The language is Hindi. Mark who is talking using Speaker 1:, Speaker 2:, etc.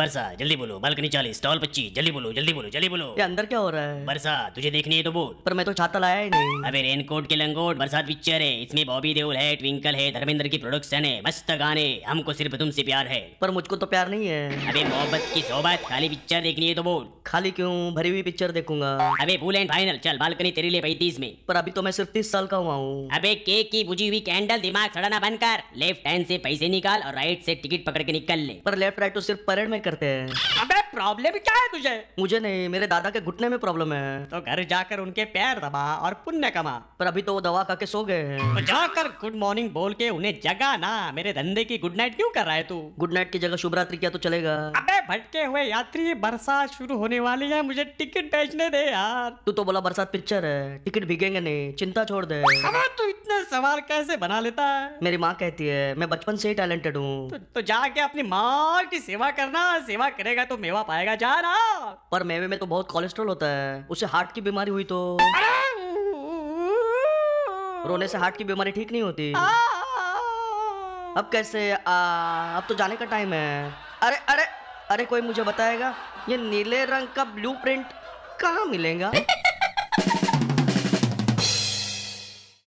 Speaker 1: बरसा जल्दी बोलो बालकनी चालीस स्टॉल पच्चीस जल्दी बोलो जल्दी बोलो जल्दी बोलो
Speaker 2: ये अंदर क्या हो रहा है
Speaker 1: बरसा तुझे देखनी है तो बोल
Speaker 2: पर मैं तो छाता लाया ही नहीं
Speaker 1: अबे रेनकोट के लंगोट बरसात पिक्चर है इसमें बॉबी देओल है ट्विंकल है धर्मेंद्र की प्रोडक्शन है मस्त गाने हमको सिर्फ तुमसे प्यार है
Speaker 2: पर मुझको तो प्यार नहीं है
Speaker 1: अबे मोहब्बत की सोबत खाली पिक्चर देखनी है तो बोल
Speaker 2: खाली क्यों भरी हुई पिक्चर देखूंगा
Speaker 1: अबे फुल एंड फाइनल चल बालकनी तेरे लिए पैंतीस में
Speaker 2: पर अभी तो मैं सिर्फ तीस साल का हुआ हूँ
Speaker 1: अबे केक की बुझी हुई कैंडल दिमाग सड़ाना बंद कर लेफ्ट हैंड से पैसे निकाल और राइट से टिकट पकड़ के निकल ले
Speaker 2: पर लेफ्ट राइट तो सिर्फ परेड में करते हैं
Speaker 3: अबे प्रॉब्लम क्या है तुझे
Speaker 2: मुझे नहीं मेरे दादा के घुटने में प्रॉब्लम है
Speaker 3: तो घर जाकर उनके पैर दबा और पुण्य कमा
Speaker 2: पर अभी तो वो दवा खा के सो गए हैं
Speaker 3: तो जाकर गुड मॉर्निंग बोल के उन्हें जगा ना मेरे धंधे की गुड नाइट क्यों कर रहा है तू
Speaker 2: गुड नाइट की जगह शुभ रात्रि किया तो चलेगा
Speaker 3: अबे भटके हुए यात्री बरसात शुरू होने वाली है मुझे टिकट बेचने दे यार
Speaker 2: तू तो बोला बरसात पिक्चर है टिकट भीगेंगे नहीं चिंता छोड़ दे
Speaker 3: अबे हाँ, तू इतने सवाल कैसे बना लेता है
Speaker 2: मेरी माँ कहती है मैं बचपन से ही टैलेंटेड हूँ
Speaker 3: तो, तो जाके अपनी माँ की सेवा करना सेवा करेगा तो मेवा पाएगा जा ना
Speaker 2: पर मेवे में तो बहुत कोलेस्ट्रॉल होता है उसे हार्ट की बीमारी हुई तो रोने से हार्ट की बीमारी ठीक नहीं होती अब कैसे आ, अब तो जाने का टाइम है अरे अरे अरे कोई मुझे बताएगा ये नीले रंग का ब्लूप्रिंट कहाँ मिलेगा